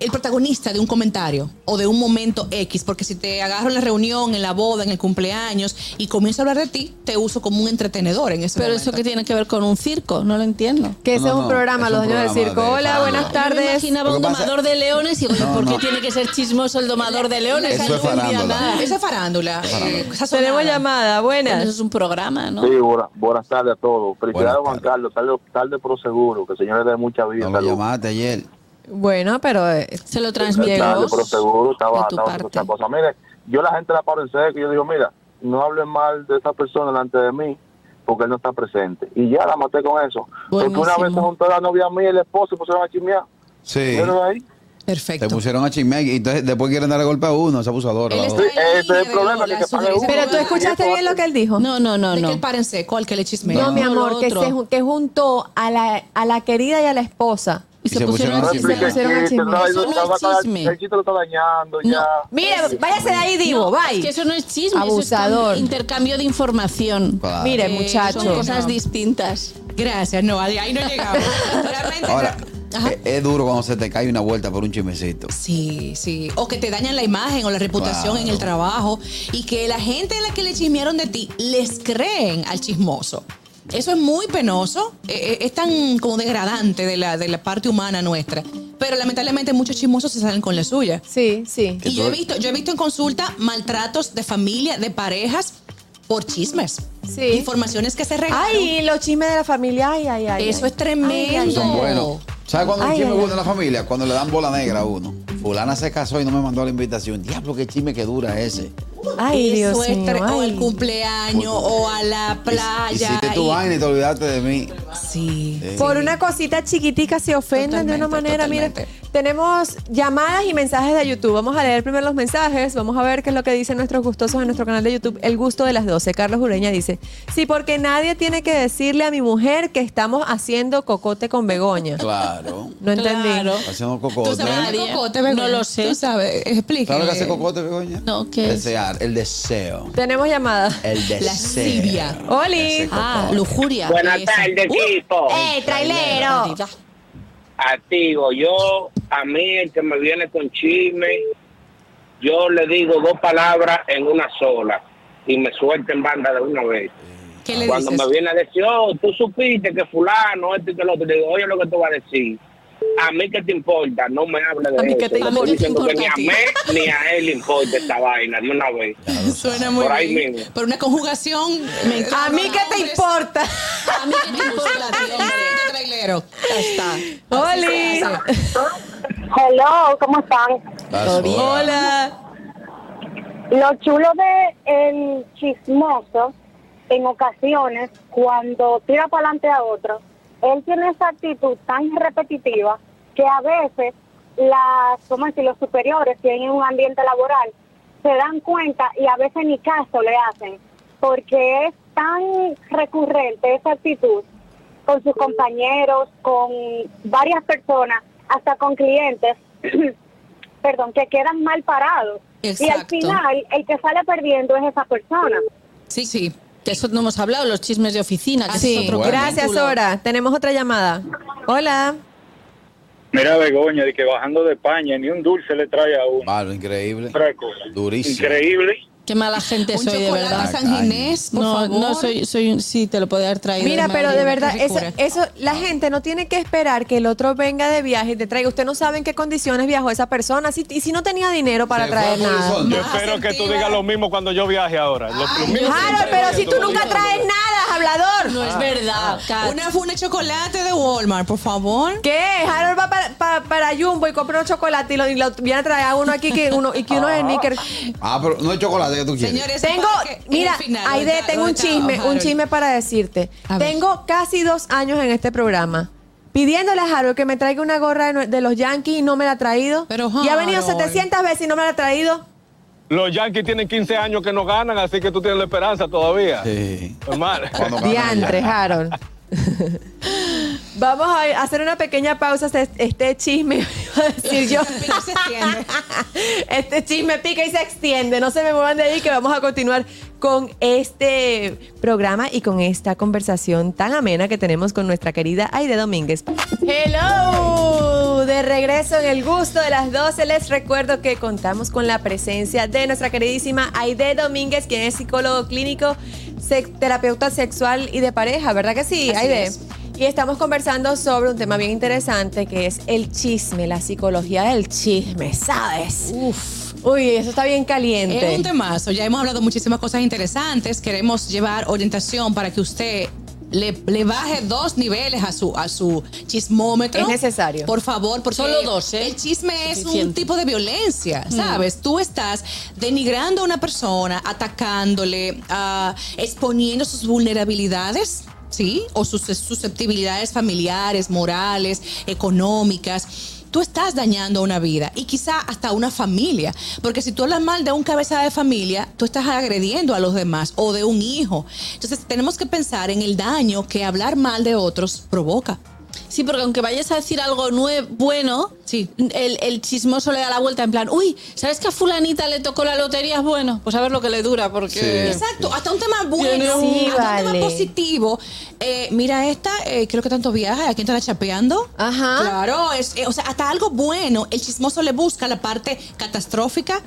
[SPEAKER 1] el protagonista de un comentario o de un momento X, porque si te agarro en la reunión, en la boda, en el cumpleaños y comienzo a hablar de ti, te uso como un entretenedor en ese
[SPEAKER 6] Pero
[SPEAKER 1] momento.
[SPEAKER 6] eso que tiene que ver con un circo, no lo entiendo.
[SPEAKER 5] Que ese
[SPEAKER 2] No,
[SPEAKER 5] es un
[SPEAKER 2] no,
[SPEAKER 5] programa,
[SPEAKER 2] es
[SPEAKER 5] los
[SPEAKER 2] un
[SPEAKER 5] dueños del
[SPEAKER 2] programa
[SPEAKER 5] circo.
[SPEAKER 2] de
[SPEAKER 5] Hola,
[SPEAKER 2] farándula. Yo
[SPEAKER 5] buenas
[SPEAKER 2] me
[SPEAKER 6] Yo me
[SPEAKER 5] tardes.
[SPEAKER 6] imaginaba
[SPEAKER 2] Lo
[SPEAKER 6] un
[SPEAKER 2] que pasa-
[SPEAKER 6] domador de leones y digo,
[SPEAKER 2] No,
[SPEAKER 6] ¿por qué
[SPEAKER 2] no.
[SPEAKER 6] tiene que ser chismoso el domador de leones?
[SPEAKER 2] Eso es
[SPEAKER 6] Yo no entendía
[SPEAKER 2] farándula.
[SPEAKER 6] nada.
[SPEAKER 1] Esa es farándula. eh, sazonada.
[SPEAKER 5] Tenemos llamada,
[SPEAKER 6] Eso
[SPEAKER 5] buenas.
[SPEAKER 6] es un programa, ¿no?
[SPEAKER 9] Sí, buena- buenas tardes a todos. Felicidades,
[SPEAKER 2] Buenas
[SPEAKER 9] Juan
[SPEAKER 2] tardes.
[SPEAKER 9] Carlos. Tarde, tarde pro seguro. Que el Señor le dé mucha vida.
[SPEAKER 2] No lo
[SPEAKER 9] salud.
[SPEAKER 2] llamaste ayer.
[SPEAKER 5] Bueno, pero eh,
[SPEAKER 6] Se lo
[SPEAKER 9] Tarde
[SPEAKER 6] transmitimos
[SPEAKER 9] pro seguro. Estaba,
[SPEAKER 6] de tu
[SPEAKER 9] estaba
[SPEAKER 6] parte.
[SPEAKER 9] esa cosa. Mire, yo la gente la paro en seco. y Yo digo, mira, no hablen mal de esa persona delante de mí. porque él no está presente. Y ya la maté con eso. Porque una vez se
[SPEAKER 6] Buenísimo.
[SPEAKER 9] juntó la novia mía y el esposo y pusieron a chismear.
[SPEAKER 2] Sí.
[SPEAKER 9] ¿Vieron ahí?
[SPEAKER 2] Te
[SPEAKER 1] Perfecto.
[SPEAKER 2] pusieron a chismear y entonces después quieren dar golpe a uno, esa abusadora.
[SPEAKER 1] Él
[SPEAKER 2] la
[SPEAKER 1] está
[SPEAKER 2] otra.
[SPEAKER 1] en la
[SPEAKER 9] Ese es el
[SPEAKER 1] línea de
[SPEAKER 9] problema, que
[SPEAKER 1] la
[SPEAKER 9] se pague
[SPEAKER 1] sugerencia.
[SPEAKER 9] uno.
[SPEAKER 5] Pero tú escuchaste bien lo que él dijo.
[SPEAKER 6] No, no, no,
[SPEAKER 1] De que
[SPEAKER 6] no.
[SPEAKER 1] el par en seco, al que le chismea.
[SPEAKER 5] No, mi
[SPEAKER 6] No, lo
[SPEAKER 5] amor, que, se,
[SPEAKER 6] otro.
[SPEAKER 5] ju- que juntó a la, a la querida y a la esposa.
[SPEAKER 6] Y se pusieron
[SPEAKER 2] a
[SPEAKER 6] a
[SPEAKER 9] No
[SPEAKER 2] chismear.
[SPEAKER 9] explique el
[SPEAKER 6] chismear.
[SPEAKER 5] pusieron a
[SPEAKER 9] chiste,
[SPEAKER 5] chismear.
[SPEAKER 9] no,
[SPEAKER 6] Eso no es
[SPEAKER 9] está-
[SPEAKER 6] chisme.
[SPEAKER 9] El chiste lo está dañando
[SPEAKER 6] No.
[SPEAKER 9] ya.
[SPEAKER 5] Mire, váyase de ahí, Divo,
[SPEAKER 6] No,
[SPEAKER 5] bye.
[SPEAKER 6] es que eso no es chisme, Eso
[SPEAKER 5] Abusador.
[SPEAKER 6] es con- intercambio de información.
[SPEAKER 2] Claro.
[SPEAKER 5] Mire,
[SPEAKER 6] Eh,
[SPEAKER 5] muchacho.
[SPEAKER 6] Son cosas distintas.
[SPEAKER 1] Gracias, no, ahí ahí no llegamos. Realmente
[SPEAKER 2] Ahora,
[SPEAKER 1] no. Ajá.
[SPEAKER 2] es, es duro cuando se te cae una vuelta por un chismecito.
[SPEAKER 1] Sí, sí. O que te dañan la imagen o la reputación
[SPEAKER 2] Claro.
[SPEAKER 1] en el trabajo y que la gente a la que le chismearon de ti les creen al chismoso. Eso es muy penoso, eh, eh, es tan como degradante de la, de la parte humana nuestra. Pero lamentablemente muchos chismosos se salen con la suya.
[SPEAKER 5] Sí, sí.
[SPEAKER 1] Y yo he visto, yo he visto en consulta maltratos de familia, de parejas por chismes.
[SPEAKER 5] Sí.
[SPEAKER 1] Informaciones que se regalan.
[SPEAKER 5] Ay, los chismes de la familia, ay, ay, ay.
[SPEAKER 1] Eso
[SPEAKER 5] ay.
[SPEAKER 1] es tremendo.
[SPEAKER 5] Ay, ay,
[SPEAKER 2] Son
[SPEAKER 5] ay.
[SPEAKER 2] buenos. ¿Sabes cuando el
[SPEAKER 5] Ay,
[SPEAKER 2] chisme
[SPEAKER 5] ay,
[SPEAKER 2] gusta en la familia? Cuando le dan bola negra a uno. Fulana se casó y no me mandó la invitación. Diablo, qué chisme que dura ese.
[SPEAKER 5] Ay,
[SPEAKER 1] Eso
[SPEAKER 5] Dios
[SPEAKER 1] es
[SPEAKER 5] mío,
[SPEAKER 1] tre- o
[SPEAKER 5] ay.
[SPEAKER 1] al cumpleaños o a la playa.
[SPEAKER 2] Hiciste tu
[SPEAKER 1] y-
[SPEAKER 2] vaina y te olvidaste de mí.
[SPEAKER 1] Sí.
[SPEAKER 5] Por una cosita chiquitica se ofenden de una
[SPEAKER 1] Totalmente,
[SPEAKER 5] manera. Mira,
[SPEAKER 1] totalmente.
[SPEAKER 5] tenemos llamadas y mensajes de YouTube. Vamos a leer primero los mensajes. Vamos a ver qué es lo que dicen nuestros gustosos en nuestro canal de YouTube. El gusto de las 12. Carlos Ureña dice: Sí, porque nadie tiene que decirle a mi mujer que estamos haciendo cocote con Begoña.
[SPEAKER 2] Claro.
[SPEAKER 5] No entendí.
[SPEAKER 6] Claro.
[SPEAKER 2] Haciendo
[SPEAKER 1] ¿Tú
[SPEAKER 2] cocote.
[SPEAKER 1] sabes
[SPEAKER 6] Nadie.
[SPEAKER 1] de cocote, Begoña?
[SPEAKER 6] No lo sé.
[SPEAKER 1] ¿Tú sabes? Explícame.
[SPEAKER 2] ¿Sabes lo que hace cocote, Begoña?
[SPEAKER 6] No, ¿qué es?
[SPEAKER 2] Desear, el deseo.
[SPEAKER 5] Tenemos llamadas.
[SPEAKER 2] El deseo.
[SPEAKER 1] Lascivia.
[SPEAKER 5] Oli.
[SPEAKER 2] Ese
[SPEAKER 6] Ah,
[SPEAKER 2] cocote.
[SPEAKER 6] lujuria.
[SPEAKER 9] Buenas
[SPEAKER 6] Esa. Uh,
[SPEAKER 9] tardes, equipo.
[SPEAKER 5] ¡Eh, trailero!
[SPEAKER 9] Activo. Yo, a mí, el que me viene con chisme, yo le digo dos palabras en una sola y me suelta en banda de una vez.
[SPEAKER 1] ¿Qué le
[SPEAKER 9] Cuando
[SPEAKER 1] dices?
[SPEAKER 9] me viene a decir, oh, tú supiste que fulano, esto y que lo otro, le digo, oye, lo que tú vas a decir. A mí que te importa, no me hables de
[SPEAKER 5] A mí
[SPEAKER 9] eso.
[SPEAKER 5] que te
[SPEAKER 9] Yo
[SPEAKER 5] importa.
[SPEAKER 9] estoy diciendo que
[SPEAKER 6] A mí
[SPEAKER 9] ni
[SPEAKER 6] que
[SPEAKER 9] a
[SPEAKER 6] te
[SPEAKER 9] mí ni a él le importa esta vaina de una vez.
[SPEAKER 1] Suena muy
[SPEAKER 9] Por ahí
[SPEAKER 1] bien.
[SPEAKER 9] mismo.
[SPEAKER 1] Por una conjugación. eh,
[SPEAKER 5] A mí que te importa.
[SPEAKER 1] A mí que te importa. Qué trailero. Ya está.
[SPEAKER 5] Oli.
[SPEAKER 10] Hello, ¿cómo están?
[SPEAKER 2] Las horas.
[SPEAKER 5] Hola.
[SPEAKER 10] Lo chulo de el chismoso, en ocasiones, cuando tira para adelante a otro, él tiene esa actitud tan repetitiva que a veces las, ¿cómo decir? los superiores, que hay en un ambiente laboral, se dan cuenta y a veces ni caso le hacen, porque es tan recurrente esa actitud con sus compañeros, con varias personas, hasta con clientes, perdón, que quedan mal parados. Y al
[SPEAKER 1] Exacto.
[SPEAKER 10] final, el que sale perdiendo es esa persona.
[SPEAKER 1] Sí, sí.
[SPEAKER 6] Que eso no hemos hablado, los chismes de oficina. que
[SPEAKER 1] Sí,
[SPEAKER 6] es otro
[SPEAKER 2] Bueno.
[SPEAKER 5] Gracias,
[SPEAKER 6] capítulo.
[SPEAKER 5] Sora. Tenemos otra llamada. Hola.
[SPEAKER 7] Mira, Begoña, de que bajando de España ni un dulce le trae a uno.
[SPEAKER 2] Vale, increíble.
[SPEAKER 7] Freco.
[SPEAKER 2] Durísimo.
[SPEAKER 7] Increíble.
[SPEAKER 6] Qué mala gente
[SPEAKER 1] Un
[SPEAKER 6] soy, de
[SPEAKER 1] chocolate
[SPEAKER 6] verdad.
[SPEAKER 1] San Ginés, por
[SPEAKER 6] no,
[SPEAKER 1] favor.
[SPEAKER 6] no soy, soy un- sí, te lo puedo haber traído.
[SPEAKER 5] Mira,
[SPEAKER 6] de
[SPEAKER 5] pero
[SPEAKER 6] Madrid,
[SPEAKER 5] de verdad,
[SPEAKER 6] qué
[SPEAKER 5] eso,
[SPEAKER 6] ricura.
[SPEAKER 5] eso, la gente no tiene que esperar que el otro venga de viaje y te traiga. Usted no sabe en qué condiciones viajó esa persona si- y si no tenía dinero para
[SPEAKER 2] Se fue a
[SPEAKER 5] traer
[SPEAKER 2] Horizonte.
[SPEAKER 5] nada.
[SPEAKER 7] Yo
[SPEAKER 1] Más
[SPEAKER 7] espero que tú
[SPEAKER 1] asertiva.
[SPEAKER 7] digas lo mismo cuando yo viaje ahora. Lo- lo mismo
[SPEAKER 5] Claro,
[SPEAKER 7] que
[SPEAKER 5] pero si tú
[SPEAKER 7] me
[SPEAKER 5] nunca
[SPEAKER 7] dices.
[SPEAKER 5] traes nada, hablador.
[SPEAKER 6] No es
[SPEAKER 2] Ah.
[SPEAKER 6] verdad, Kat.
[SPEAKER 1] Una funa de chocolate de Walmart, por favor.
[SPEAKER 5] ¿Qué? Harold va para, pa- para Jumbo y compra un chocolate y lo, y lo viene a traer a uno aquí que uno, y que uno es sneaker.
[SPEAKER 2] Ah, pero no es chocolate que tú quieres.
[SPEAKER 1] Señores,
[SPEAKER 5] Tengo,
[SPEAKER 1] para que- en el
[SPEAKER 5] mira,
[SPEAKER 1] final,
[SPEAKER 5] Aide,
[SPEAKER 1] ¿dónde
[SPEAKER 5] tengo un
[SPEAKER 1] está- dónde
[SPEAKER 5] chisme,
[SPEAKER 1] está
[SPEAKER 5] un
[SPEAKER 1] Harold?
[SPEAKER 5] chisme para decirte.
[SPEAKER 1] A ver.
[SPEAKER 5] Tengo casi dos años en este programa. Pidiéndole a Harold que me traiga una gorra de, nue- de los Yankees y no me la ha traído.
[SPEAKER 1] Pero,
[SPEAKER 5] y ha venido
[SPEAKER 1] Harold.
[SPEAKER 5] 700 veces y no me la ha traído.
[SPEAKER 7] Los Yankees tienen 15 años que no ganan, así que tú tienes la esperanza todavía.
[SPEAKER 2] Sí.
[SPEAKER 7] Normal.
[SPEAKER 2] Cuando ganan
[SPEAKER 5] Diantre,
[SPEAKER 2] ya.
[SPEAKER 5] Harold. Vamos a hacer una pequeña pausa. Este, este chisme, iba a decir yo.
[SPEAKER 1] Pero se extiende.
[SPEAKER 5] Este chisme pica y se extiende. No se me muevan de ahí que vamos a continuar con este programa y con esta conversación tan amena que tenemos con nuestra querida Aide Domínguez. Hello, de regreso en el gusto de las 12. Les recuerdo que contamos con la presencia de nuestra queridísima Aide Domínguez, quien es psicólogo clínico, sex- terapeuta sexual y de pareja, ¿verdad que sí,
[SPEAKER 1] Así
[SPEAKER 5] Aide?
[SPEAKER 1] es.
[SPEAKER 5] Y estamos conversando sobre un tema bien interesante que es el chisme, la psicología del chisme, ¿sabes?
[SPEAKER 1] Uf.
[SPEAKER 5] Uy, eso está bien caliente.
[SPEAKER 1] Es un temazo. Ya hemos hablado muchísimas cosas interesantes. Queremos llevar orientación para que usted le, le baje dos niveles a su, a su chismómetro.
[SPEAKER 5] Es necesario.
[SPEAKER 1] Por favor, porque
[SPEAKER 6] Solo dos, ¿eh?
[SPEAKER 1] el chisme es un
[SPEAKER 6] Suficiente. Mm.
[SPEAKER 1] tipo de violencia, ¿sabes? Tú estás denigrando a una persona, atacándole, ah, exponiendo sus vulnerabilidades. ¿Sí? O sus susceptibilidades familiares, morales, económicas. Tú estás dañando una vida y quizá hasta una familia. Porque si tú hablas mal de un cabeza de familia, tú estás agrediendo a los demás o de un hijo. Entonces tenemos que pensar en el daño que hablar mal de otros provoca.
[SPEAKER 6] Sí, porque aunque vayas a decir algo nue- bueno,
[SPEAKER 1] Sí.
[SPEAKER 6] el, el chismoso le da la vuelta en plan, uy, ¿sabes que a fulanita le tocó la lotería? Bueno, pues a ver lo que le dura, porque...
[SPEAKER 2] Sí.
[SPEAKER 1] Exacto, hasta un tema bueno,
[SPEAKER 5] Sí,
[SPEAKER 1] hasta un
[SPEAKER 5] vale.
[SPEAKER 1] tema positivo. Eh, mira esta, eh, creo que tanto viaja, ¿a quién te la chapeando?
[SPEAKER 5] Ajá.
[SPEAKER 1] Claro, es, eh, o sea, hasta algo bueno, el chismoso le busca la parte catastrófica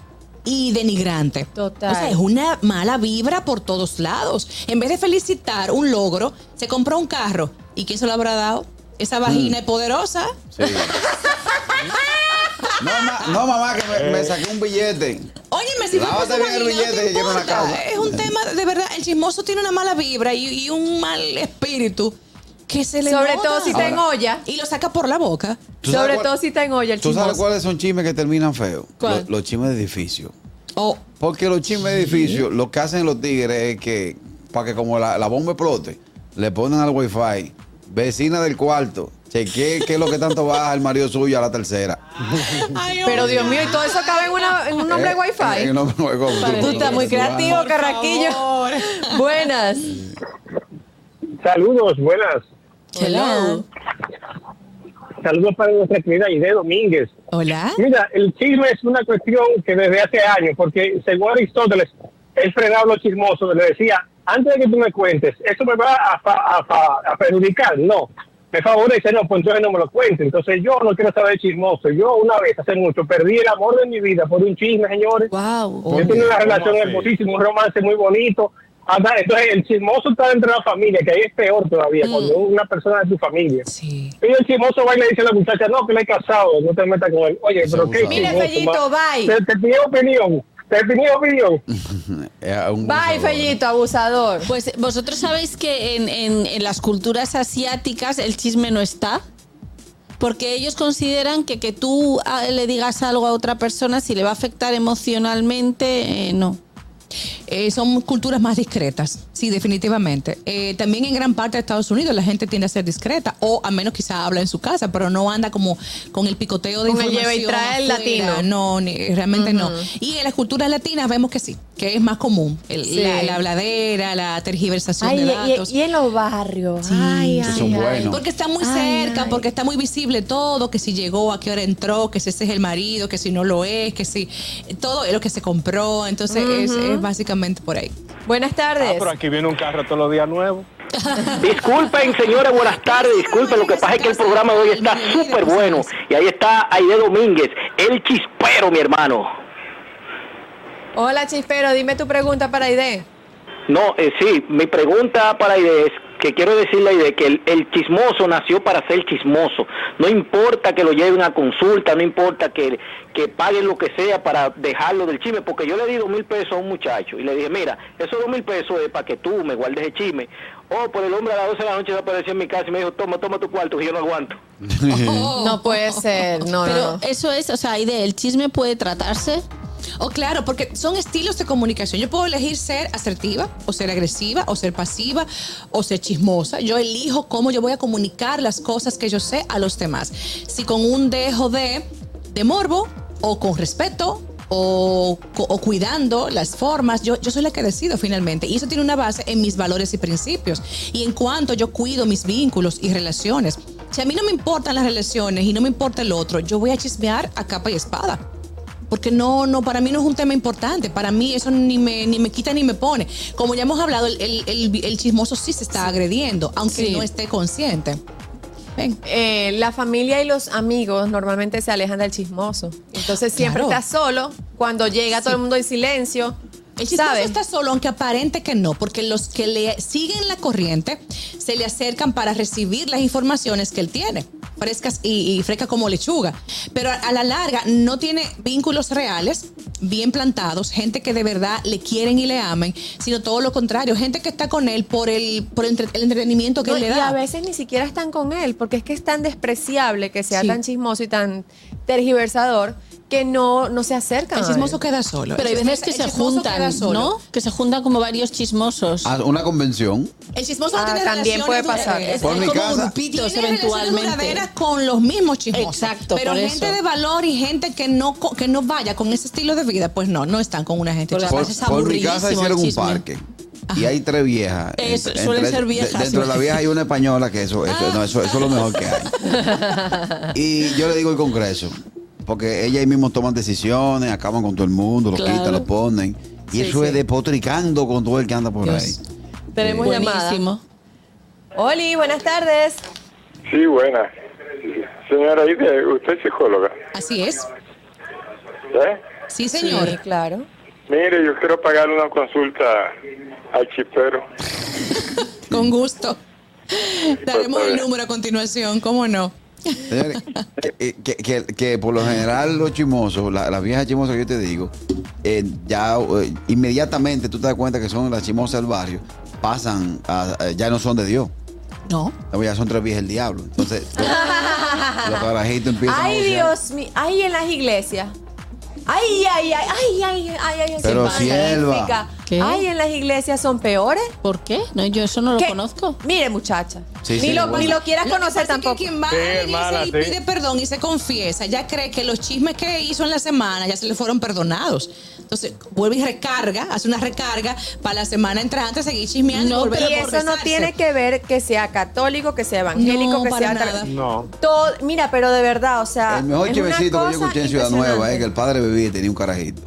[SPEAKER 1] y denigrante.
[SPEAKER 5] Total.
[SPEAKER 1] O sea, es una mala vibra por todos lados. En vez de felicitar un logro, se compró un carro. ¿Y quién se lo habrá dado? Esa vagina
[SPEAKER 5] Mm.
[SPEAKER 1] es poderosa.
[SPEAKER 2] Sí. No, ma- no, mamá, que me, me saqué un billete.
[SPEAKER 1] Óyeme, si fue por
[SPEAKER 2] Lávate
[SPEAKER 1] su
[SPEAKER 2] bien
[SPEAKER 1] vagina,
[SPEAKER 2] el
[SPEAKER 1] no te
[SPEAKER 2] billete que quiero una
[SPEAKER 1] importa.
[SPEAKER 2] cagua.
[SPEAKER 1] Es un tema, de verdad, el chismoso tiene una mala vibra y, y un mal espíritu que se le
[SPEAKER 5] Sobre
[SPEAKER 1] nota.
[SPEAKER 5] todo si está en
[SPEAKER 2] Ahora-
[SPEAKER 5] olla.
[SPEAKER 1] Y lo saca por la boca.
[SPEAKER 2] ¿Tú sabes
[SPEAKER 5] Sobre
[SPEAKER 2] cuál-
[SPEAKER 5] todo si está en olla el
[SPEAKER 2] ¿Tú sabes
[SPEAKER 5] chismoso.
[SPEAKER 2] cuáles son chismes que terminan feos?
[SPEAKER 6] ¿Cuál?
[SPEAKER 2] Los, los chismes de edificio.
[SPEAKER 1] O
[SPEAKER 2] Porque los chismes de edificio, lo que hacen los tigres es que, para que como la, la bomba explote, le ponen al wifi, vecina del cuarto, chequee qué es lo que tanto baja el marido suyo a la tercera.
[SPEAKER 5] Pero Dios mío, y todo eso cabe en, una, en un nombre
[SPEAKER 2] Eh,
[SPEAKER 5] de Wi-Fi.
[SPEAKER 2] eh, no, no, no, no, no,
[SPEAKER 5] Tú estás
[SPEAKER 2] no,
[SPEAKER 5] muy
[SPEAKER 2] no,
[SPEAKER 5] creativo,
[SPEAKER 2] no.
[SPEAKER 5] Carraquillo. Buenas.
[SPEAKER 9] Saludos, buenas.
[SPEAKER 1] Hello.
[SPEAKER 9] Saludos para nuestra querida Aide Domínguez.
[SPEAKER 1] Hola.
[SPEAKER 9] Mira, el chisme es una cuestión que desde hace años, porque según Aristóteles, él fregaba a los chismosos, le decía, antes de que tú me cuentes, ¿eso me va a, fa- a fa- a perjudicar? No. Me favorece, no, pues entonces no me lo cuente. Entonces yo no quiero saber chismoso. Yo una vez, hace mucho, perdí el amor de mi vida por un chisme, señores.
[SPEAKER 6] Wow.
[SPEAKER 9] Yo tenía una relación hermosísima, un romance muy bonito. Anda, entonces el chismoso está dentro de la familia, que ahí es peor todavía, cuando
[SPEAKER 5] Mm.
[SPEAKER 9] una persona de tu familia.
[SPEAKER 1] Sí.
[SPEAKER 9] Y el chismoso va y le dice a la muchacha, no, que le he casado, no te metas con él. Oye, pero qué
[SPEAKER 5] Mire,
[SPEAKER 9] chismoso,
[SPEAKER 5] Fellito,
[SPEAKER 9] ma.
[SPEAKER 5] bye.
[SPEAKER 9] Te, te pide opinión, te pide opinión.
[SPEAKER 2] Eh, un
[SPEAKER 5] Bye,
[SPEAKER 2] abusador.
[SPEAKER 5] Fellito, abusador.
[SPEAKER 6] Pues vosotros sabéis que en, en- en las culturas asiáticas el chisme no está. Porque ellos consideran que que tú ah, le digas algo a otra persona, si le va a afectar emocionalmente, eh, no.
[SPEAKER 1] Eh, son culturas más discretas, sí, definitivamente. Eh, también en gran parte de Estados Unidos la gente tiende a ser discreta, o a menos quizá habla en su casa, pero no anda como con el picoteo de
[SPEAKER 5] Con el
[SPEAKER 1] información.
[SPEAKER 5] lleva y trae el
[SPEAKER 1] afuera.
[SPEAKER 5] latino.
[SPEAKER 1] No, ni- realmente no. Y en las culturas latinas vemos que sí, que es más común. El-
[SPEAKER 5] Sí.
[SPEAKER 1] la, la habladera, la tergiversación
[SPEAKER 5] Ay,
[SPEAKER 1] de
[SPEAKER 5] y-
[SPEAKER 1] datos.
[SPEAKER 5] y, y en los barrios. ay,
[SPEAKER 2] Esos
[SPEAKER 5] ay,
[SPEAKER 2] son
[SPEAKER 5] ay.
[SPEAKER 2] buenos.
[SPEAKER 1] Porque está muy
[SPEAKER 5] Ay,
[SPEAKER 1] cerca,
[SPEAKER 5] ay.
[SPEAKER 1] porque está muy visible todo, que si llegó, a qué hora entró, que si ese es el marido, que si no lo es, que si todo es lo que se compró. Entonces es- es básicamente por ahí.
[SPEAKER 5] Buenas tardes.
[SPEAKER 7] Ah, aquí viene un carro todos los días nuevo.
[SPEAKER 9] Disculpen, señores, buenas tardes. Disculpen, lo que pasa es que el programa de hoy está súper bueno. Y ahí está Aide Domínguez, el chispero, mi hermano.
[SPEAKER 5] Hola, Chispero, dime tu pregunta para Aide.
[SPEAKER 9] No, eh, sí, mi pregunta para Aide es que quiero decirle a Aide que el, el chismoso nació para ser chismoso. No importa que lo lleven a consulta, no importa que, que paguen lo que sea para dejarlo del chisme, porque yo le di dos mil pesos a un muchacho y le dije, mira, esos dos mil pesos es para que tú me guardes el chisme. Oh, por el hombre a las 12 de la noche apareció en mi casa y me dijo, toma, toma tu cuarto, que yo no aguanto.
[SPEAKER 5] No puede ser. No,
[SPEAKER 6] Pero
[SPEAKER 5] no, no.
[SPEAKER 6] eso es, o sea, y de, el chisme puede tratarse.
[SPEAKER 1] O Oh, claro, porque son estilos de comunicación. Yo puedo elegir ser asertiva, o ser agresiva, o ser pasiva, o ser chismosa. Yo elijo cómo yo voy a comunicar las cosas que yo sé a los demás. Si con un dejo de, de morbo, o con respeto, o, cu- o cuidando las formas, yo, yo soy la que decido finalmente. Y eso tiene una base en mis valores y principios. Y en cuanto yo cuido mis vínculos y relaciones. Si a mí no me importan las relaciones y no me importa el otro, yo voy a chismear a capa y espada porque no, no, para mí no es un tema importante, para mí eso ni me, ni me quita ni me pone. Como ya hemos hablado, el, el- el- el chismoso sí se está agrediendo, aunque
[SPEAKER 6] Sí.
[SPEAKER 1] no esté consciente. Ven.
[SPEAKER 5] Eh, la familia y los amigos normalmente se alejan del chismoso. Entonces siempre
[SPEAKER 1] Claro.
[SPEAKER 5] estás solo. Cuando llega todo el mundo en silencio.
[SPEAKER 1] El chismoso
[SPEAKER 5] ¿sabes?
[SPEAKER 1] está solo, aunque aparente que no, porque los que le siguen la corriente se le acercan para recibir las informaciones que él tiene. frescas y, y frescas como lechuga. Pero a, a la larga no tiene vínculos reales, bien plantados, gente que de verdad le quieren y le amen, sino todo lo contrario, gente que está con él por el, por el entre- el entretenimiento que
[SPEAKER 5] No,
[SPEAKER 1] él le
[SPEAKER 5] Y
[SPEAKER 1] da.
[SPEAKER 5] a veces ni siquiera están con él, porque es que es tan despreciable que sea
[SPEAKER 1] Sí.
[SPEAKER 5] tan chismoso y tan tergiversador que no, no se acercan.
[SPEAKER 1] el
[SPEAKER 5] a
[SPEAKER 1] chismoso
[SPEAKER 5] él.
[SPEAKER 1] queda solo.
[SPEAKER 6] Pero hay
[SPEAKER 1] El chismoso-
[SPEAKER 6] veces que
[SPEAKER 1] el
[SPEAKER 6] se
[SPEAKER 1] chismoso queda
[SPEAKER 6] juntan,
[SPEAKER 1] solo.
[SPEAKER 6] ¿no? Que se juntan como varios chismosos.
[SPEAKER 2] A Ah, una convención.
[SPEAKER 1] El chismoso
[SPEAKER 5] Ah,
[SPEAKER 1] no tiene
[SPEAKER 5] también puede
[SPEAKER 1] relaciones
[SPEAKER 5] pasar.
[SPEAKER 1] duraderas.
[SPEAKER 2] Por
[SPEAKER 6] hay
[SPEAKER 2] mi
[SPEAKER 6] como
[SPEAKER 2] casa-
[SPEAKER 6] grupitos
[SPEAKER 1] Tiene relaciones
[SPEAKER 6] eventualmente.
[SPEAKER 1] duraderas con los mismos chismosos.
[SPEAKER 6] Exacto,
[SPEAKER 1] Pero
[SPEAKER 6] por
[SPEAKER 1] gente
[SPEAKER 6] eso.
[SPEAKER 1] de valor y gente que no co- que no vaya con ese estilo de vida, pues no, no están con una gente
[SPEAKER 6] Por la
[SPEAKER 1] chismosa.
[SPEAKER 2] Por,
[SPEAKER 6] además es
[SPEAKER 2] por mi
[SPEAKER 6] aburridísimo
[SPEAKER 2] casa
[SPEAKER 6] el
[SPEAKER 2] hicieron un
[SPEAKER 6] chisme.
[SPEAKER 2] parque. Y hay tres viejas.
[SPEAKER 6] Es-
[SPEAKER 2] Entre-
[SPEAKER 6] suelen
[SPEAKER 2] entre-
[SPEAKER 6] ser viejas.
[SPEAKER 2] de- dentro de la vieja hay una española que eso, eso, no, eso, eso es lo mejor que hay. Y yo le digo el Congreso, porque ellas mismos toman decisiones, acaban con todo el mundo, lo
[SPEAKER 6] Claro.
[SPEAKER 2] quitan, lo ponen. Y
[SPEAKER 6] Sí,
[SPEAKER 2] eso es
[SPEAKER 6] sí.
[SPEAKER 2] despotricando con todo el que anda por
[SPEAKER 1] Dios.
[SPEAKER 2] ahí.
[SPEAKER 5] Tenemos llamada.
[SPEAKER 6] Buenísimo.
[SPEAKER 5] Oli, buenas tardes.
[SPEAKER 7] Sí, buena. Señora, Ide, usted es psicóloga.
[SPEAKER 1] Así es.
[SPEAKER 7] ¿eh?
[SPEAKER 1] Sí, señor.
[SPEAKER 5] Sí, claro.
[SPEAKER 7] Mire, yo quiero pagar una consulta al chipero.
[SPEAKER 1] Con gusto.
[SPEAKER 7] Pues,
[SPEAKER 1] Daremos el
[SPEAKER 7] favor.
[SPEAKER 1] número a continuación, ¿cómo no?
[SPEAKER 2] Señores, que, eh, que- que- que por lo general los chismosos, la- las viejas chismosas que yo te digo, eh, ya eh, inmediatamente tú te das cuenta que son las chismosas del barrio, pasan, a- a- ya no son de Dios.
[SPEAKER 1] No.
[SPEAKER 2] No, ya son tres viejas el diablo. Entonces, los los carajitos empiezan a
[SPEAKER 5] Ay,
[SPEAKER 2] vocear.
[SPEAKER 5] Dios mío. Ay, en las iglesias. Ay, ay, ay, ay, ay, ay, ay. ay,
[SPEAKER 2] Pero
[SPEAKER 5] qué
[SPEAKER 2] sierva.
[SPEAKER 5] magnífica.
[SPEAKER 6] ¿Qué?
[SPEAKER 5] Ay, en las iglesias son peores.
[SPEAKER 6] ¿Por qué? No, yo eso no lo
[SPEAKER 5] ¿Qué?
[SPEAKER 6] conozco.
[SPEAKER 5] Mire, muchacha.
[SPEAKER 2] Sí,
[SPEAKER 5] ni,
[SPEAKER 2] sí,
[SPEAKER 5] lo,
[SPEAKER 2] bueno.
[SPEAKER 5] ni lo quieras
[SPEAKER 1] Lo que pasa
[SPEAKER 5] conocer
[SPEAKER 1] es que
[SPEAKER 5] tampoco.
[SPEAKER 1] quien va
[SPEAKER 7] Sí,
[SPEAKER 1] a la iglesia
[SPEAKER 7] hermana,
[SPEAKER 1] y
[SPEAKER 7] sí.
[SPEAKER 1] pide perdón y se confiesa, ya cree que los chismes que hizo en la semana ya se le fueron perdonados. Entonces vuelve y recarga, hace una recarga para la semana entrante seguir chismeando. y
[SPEAKER 6] No,
[SPEAKER 1] volver a
[SPEAKER 5] Y eso no
[SPEAKER 1] aborrecerse.
[SPEAKER 5] tiene que ver que sea católico, que sea evangélico,
[SPEAKER 1] No,
[SPEAKER 5] que
[SPEAKER 1] para
[SPEAKER 5] sea tal-
[SPEAKER 1] nada.
[SPEAKER 7] No.
[SPEAKER 5] Todo, mira, pero de verdad, o sea,
[SPEAKER 2] El mejor
[SPEAKER 5] es una
[SPEAKER 2] chivecito que yo
[SPEAKER 5] cosa
[SPEAKER 2] escuché en Ciudad
[SPEAKER 5] impresionante.
[SPEAKER 2] Nueva es que el padre bebía y tenía un carajito.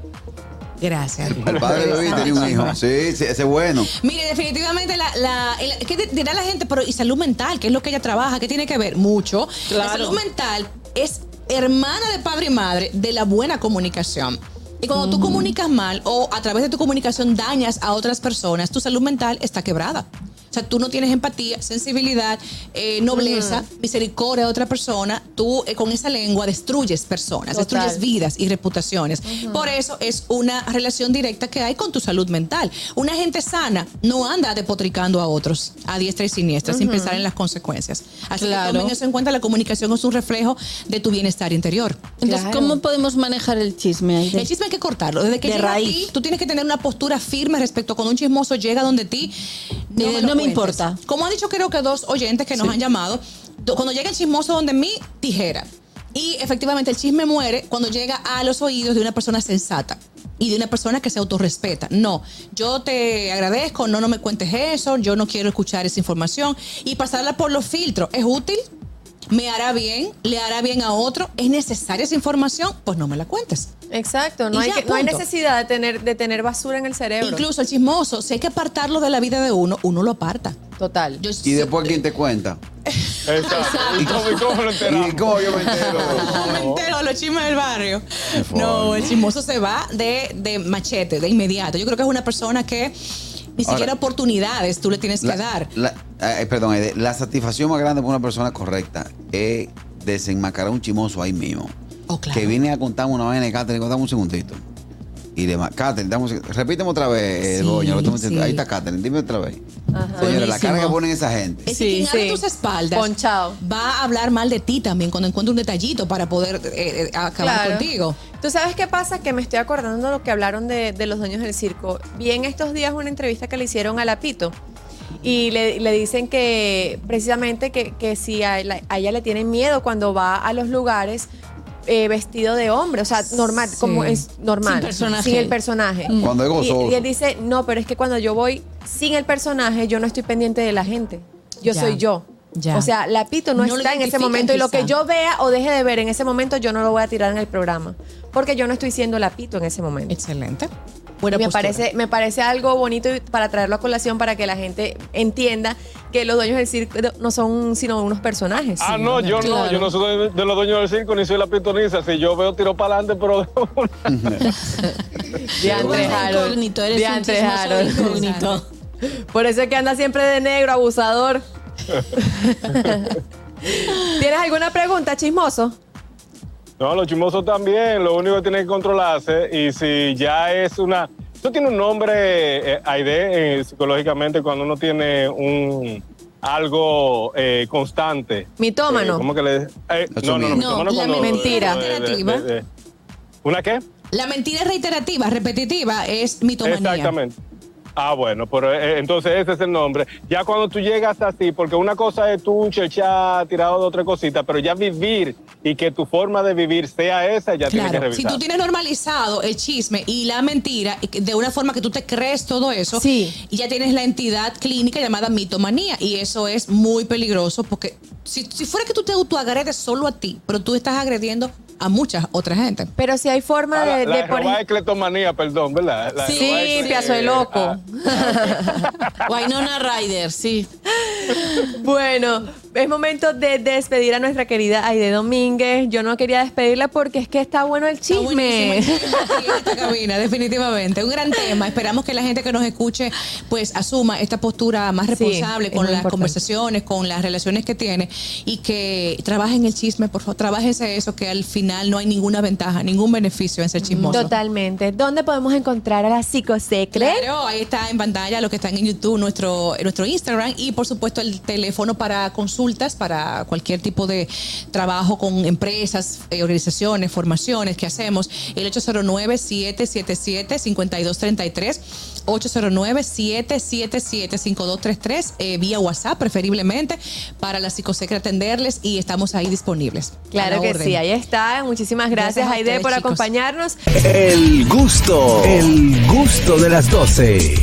[SPEAKER 1] Gracias.
[SPEAKER 2] El padre bebía y tenía un hijo. Sí, sí, ese es bueno.
[SPEAKER 1] Mire, definitivamente, la, la, el- ¿qué di- dirá la gente? Pero, ¿y salud mental? ¿Qué es lo que ella trabaja? ¿Qué tiene que ver? Mucho. La
[SPEAKER 6] Claro.
[SPEAKER 1] salud mental es hermana de padre y madre de la buena comunicación. Y cuando tú comunicas mal o a través de tu comunicación dañas a otras personas, tu salud mental está quebrada. O sea, tú no tienes empatía, sensibilidad, eh, nobleza, misericordia de otra persona. Tú eh, con esa lengua destruyes personas,
[SPEAKER 5] Total.
[SPEAKER 1] destruyes vidas y reputaciones. Por eso es una relación directa que hay con tu salud mental. Una gente sana no anda depotricando a otros a diestra y siniestra sin pensar en las consecuencias. Así
[SPEAKER 6] Claro.
[SPEAKER 1] que tomen eso en cuenta, la comunicación es un reflejo de tu bienestar interior.
[SPEAKER 6] Entonces,
[SPEAKER 5] Claro.
[SPEAKER 6] ¿cómo podemos manejar el chisme ahí?
[SPEAKER 1] El chisme hay que cortarlo. Desde que
[SPEAKER 6] De
[SPEAKER 1] llega
[SPEAKER 6] raíz.
[SPEAKER 1] a ti, tú tienes que tener una postura firme respecto a cuando un chismoso llega donde ti.
[SPEAKER 6] Eh,
[SPEAKER 1] lo
[SPEAKER 6] no me
[SPEAKER 1] cuentes.
[SPEAKER 6] importa.
[SPEAKER 1] Como han dicho, creo que dos oyentes que nos han llamado, do- cuando llega el chismoso donde mí, tijera. Y efectivamente el chisme muere cuando llega a los oídos de una persona sensata y de una persona que se autorrespeta. No, yo te agradezco, no, no me cuentes eso, yo no quiero escuchar esa información y pasarla por los filtros. ¿Es útil? ¿Me hará bien? ¿Le hará bien a otro? ¿Es necesaria esa información? Pues no me la cuentes.
[SPEAKER 5] Exacto,
[SPEAKER 1] Y
[SPEAKER 5] no hay,
[SPEAKER 1] ya,
[SPEAKER 5] que- no hay
[SPEAKER 1] punto.
[SPEAKER 5] necesidad de tener, de tener basura en el cerebro.
[SPEAKER 1] Incluso el chismoso, si hay que apartarlo de la vida de uno, uno lo aparta.
[SPEAKER 5] Total.
[SPEAKER 1] Yo
[SPEAKER 2] Y
[SPEAKER 1] sé-
[SPEAKER 2] después, ¿quién te cuenta?
[SPEAKER 7] Exacto. ¿Y cómo, y cómo lo enteramos?
[SPEAKER 2] ¿Y cómo yo me entero?
[SPEAKER 1] No me entero los chismes del barrio.
[SPEAKER 2] favor.
[SPEAKER 1] No, el chismoso se va de, de machete, de inmediato. Yo creo que es una persona que ni
[SPEAKER 2] Ahora-
[SPEAKER 1] siquiera oportunidades tú le tienes que dar.
[SPEAKER 2] la- eh, perdón, Aide, la satisfacción más grande para una persona correcta es desenmascarar un chimoso ahí mismo.
[SPEAKER 1] Oh, claro.
[SPEAKER 2] Que viene a contarme una vaina, Catherine, contame un segundito. Y le ma- Catherine, dame un seg- repíteme otra vez, eh,
[SPEAKER 1] Sí,
[SPEAKER 2] Doña, lo que tú me dijiste.
[SPEAKER 1] sí.
[SPEAKER 2] Ahí está Catherine, dime otra vez. Señores, la
[SPEAKER 6] Buenísimo.
[SPEAKER 2] carga que ponen esa gente.
[SPEAKER 1] Es que quien
[SPEAKER 6] Sí,
[SPEAKER 1] abre
[SPEAKER 5] sí.
[SPEAKER 1] tus espaldas
[SPEAKER 5] Ponchao.
[SPEAKER 1] va a hablar mal de ti también cuando encuentre un detallito para poder eh, eh, acabar
[SPEAKER 5] Claro.
[SPEAKER 1] contigo.
[SPEAKER 5] ¿Tú sabes qué pasa? Que me estoy acordando de lo que hablaron de, de los dueños del circo. Vi en estos días una entrevista que le hicieron a Lapito y le, le dicen que precisamente que, que si a, la- a ella le tienen miedo cuando va a los lugares eh, vestido de hombre, o sea, normal,
[SPEAKER 1] Sí.
[SPEAKER 5] como es normal,
[SPEAKER 6] Sin personaje. Mm.
[SPEAKER 5] sin el personaje.
[SPEAKER 2] Cuando es gozoso.
[SPEAKER 5] Y, y él dice, no, pero es que cuando yo voy sin el personaje, yo no estoy pendiente de la gente, yo
[SPEAKER 1] Ya.
[SPEAKER 5] soy yo.
[SPEAKER 1] Ya.
[SPEAKER 5] O sea, Lapito no,
[SPEAKER 1] No lo
[SPEAKER 5] está en ese
[SPEAKER 1] identifican,
[SPEAKER 5] momento y lo que
[SPEAKER 1] quizá.
[SPEAKER 5] yo vea o deje de ver en ese momento, yo no lo voy a tirar en el programa. Porque yo no estoy siendo lapito en ese momento.
[SPEAKER 1] Excelente.
[SPEAKER 5] Me
[SPEAKER 1] Buena postura.
[SPEAKER 5] parece, me parece algo bonito y para traerlo a colación para que la gente entienda que los dueños del circo no son sino unos personajes.
[SPEAKER 7] Ah, no, yo no,
[SPEAKER 6] claro.
[SPEAKER 7] yo no soy de, de los dueños del circo ni soy la pitoniza. Si yo veo tiro para adelante, pero
[SPEAKER 5] Diantre,
[SPEAKER 6] Eres
[SPEAKER 5] Harold.
[SPEAKER 6] incógnito, eres un
[SPEAKER 5] Diantre,
[SPEAKER 6] chismoso
[SPEAKER 5] Harold.
[SPEAKER 6] incógnito.
[SPEAKER 5] Por eso es que anda siempre de negro, abusador. ¿Tienes alguna pregunta, chismoso?
[SPEAKER 7] No, los chismosos también, lo único que tienen que controlarse y si ya es una... Eso tiene un nombre, eh, Aide, eh, psicológicamente, cuando uno tiene un algo eh, constante.
[SPEAKER 5] Mitómano.
[SPEAKER 7] Eh, ¿Cómo que le...? eh, no, no, no,
[SPEAKER 1] No,
[SPEAKER 7] mitómano
[SPEAKER 1] la
[SPEAKER 7] cuando- eh,
[SPEAKER 1] mentira.
[SPEAKER 7] de- de- de-
[SPEAKER 1] Alternativa.
[SPEAKER 7] de- ¿Una qué?
[SPEAKER 1] La mentira reiterativa, repetitiva, es mitomanía.
[SPEAKER 7] Exactamente. Ah, bueno, pero eh, entonces ese es el nombre. Ya cuando tú llegas así, porque una cosa es tú chechar, tirado de otra cosita, pero ya vivir y que tu forma de vivir sea esa, ya tienes que
[SPEAKER 1] Claro, si
[SPEAKER 7] revisar.
[SPEAKER 1] tú tienes normalizado el chisme y la mentira y que- de una forma que tú te crees todo eso,
[SPEAKER 5] Sí.
[SPEAKER 1] y ya tienes la entidad clínica llamada mitomanía y eso es muy peligroso porque si, si fuera que tú te autoagredes solo a ti, pero tú estás agrediendo a muchas otras gente.
[SPEAKER 5] Pero si hay forma
[SPEAKER 7] Ah, la-
[SPEAKER 5] de,
[SPEAKER 7] la
[SPEAKER 5] de,
[SPEAKER 7] de
[SPEAKER 5] por
[SPEAKER 7] robar
[SPEAKER 5] ej-
[SPEAKER 7] es cleptomanía, perdón, ¿verdad? La de
[SPEAKER 5] Sí,
[SPEAKER 7] robar es-
[SPEAKER 5] Pia, soy loco.
[SPEAKER 7] ah,
[SPEAKER 6] Wynonna Rider, sí.
[SPEAKER 5] Bueno, es momento de despedir a nuestra querida Aide Domínguez. Yo no quería despedirla porque es que está bueno el
[SPEAKER 1] Está
[SPEAKER 5] chisme.
[SPEAKER 1] buenísimo el chisme aquí en esta cabina, definitivamente. Un gran tema. Esperamos que la gente que nos escuche, pues, asuma esta postura más responsable
[SPEAKER 5] es
[SPEAKER 1] con
[SPEAKER 5] muy
[SPEAKER 1] las
[SPEAKER 5] importante.
[SPEAKER 1] conversaciones, con las relaciones que tiene y que trabajen el chisme, por favor. Trabájense eso, que al final no hay ninguna ventaja, ningún beneficio en ser chismoso.
[SPEAKER 5] Totalmente. ¿Dónde podemos encontrar a la psicosecre?
[SPEAKER 1] Claro, ahí está en pantalla los que están en YouTube, nuestro, nuestro Instagram y por supuesto el teléfono para consultas, para cualquier tipo de trabajo con empresas, eh, organizaciones, formaciones que hacemos. El 809-777-5233, 809-777-5233, eh, vía WhatsApp preferiblemente, para la psicosecre atenderles y estamos ahí disponibles. A
[SPEAKER 5] Claro
[SPEAKER 1] la
[SPEAKER 5] que
[SPEAKER 1] orden.
[SPEAKER 5] sí, ahí está. Muchísimas gracias,
[SPEAKER 1] Gracias a
[SPEAKER 5] Aide,
[SPEAKER 1] ustedes,
[SPEAKER 5] por
[SPEAKER 1] chicos.
[SPEAKER 5] acompañarnos.
[SPEAKER 4] El gusto, el gusto de las 12.